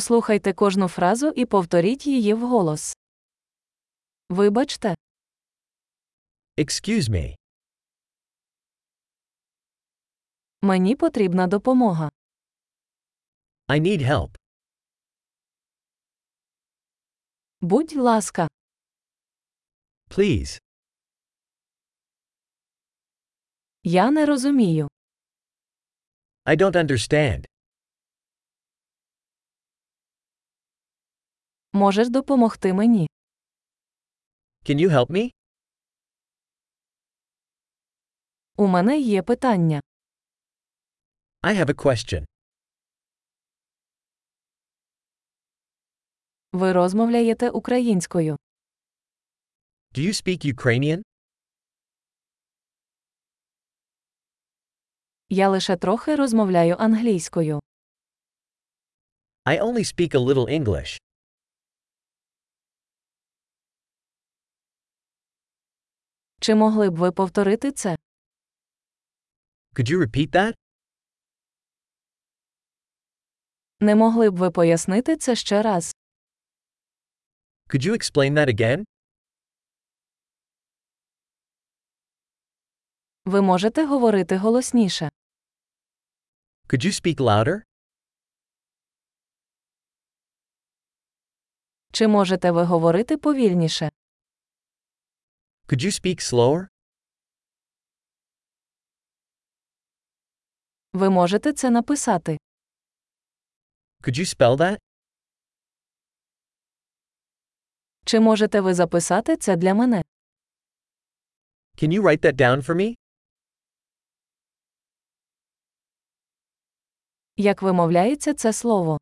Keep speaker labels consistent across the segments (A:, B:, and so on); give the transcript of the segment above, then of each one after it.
A: Послухайте кожну фразу і повторіть її вголос. Вибачте,
B: Excuse me.
A: мені потрібна допомога.
B: I need help.
A: Будь ласка,
B: Please.
A: я не розумію.
B: I don't understand.
A: Можеш допомогти мені?
B: Can you help me?
A: У мене є питання.
B: I have a question.
A: Ви розмовляєте українською.
B: Do you speak Ukrainian?
A: Я лише трохи розмовляю англійською.
B: I only speak a little English.
A: Чи могли б ви повторити це?
B: Could you repeat that?
A: Не могли б ви пояснити це ще раз?
B: Could you explain that again?
A: Ви можете говорити голосніше.
B: Could you speak louder?
A: Чи можете ви говорити повільніше?
B: Could you speak slower?
A: Ви можете це написати.
B: Could you spell that?
A: Чи можете ви записати це для мене?
B: Can you write that down for me?
A: Як вимовляється це слово?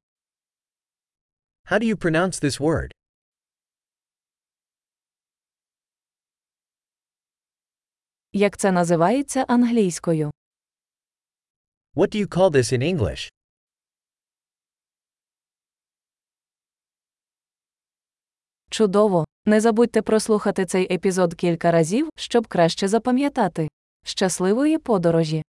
B: How do you pronounce this word?
A: Як це називається англійською?
B: What do you call this in English?
A: Чудово! Не забудьте прослухати цей епізод кілька разів, щоб краще запам'ятати. Щасливої подорожі!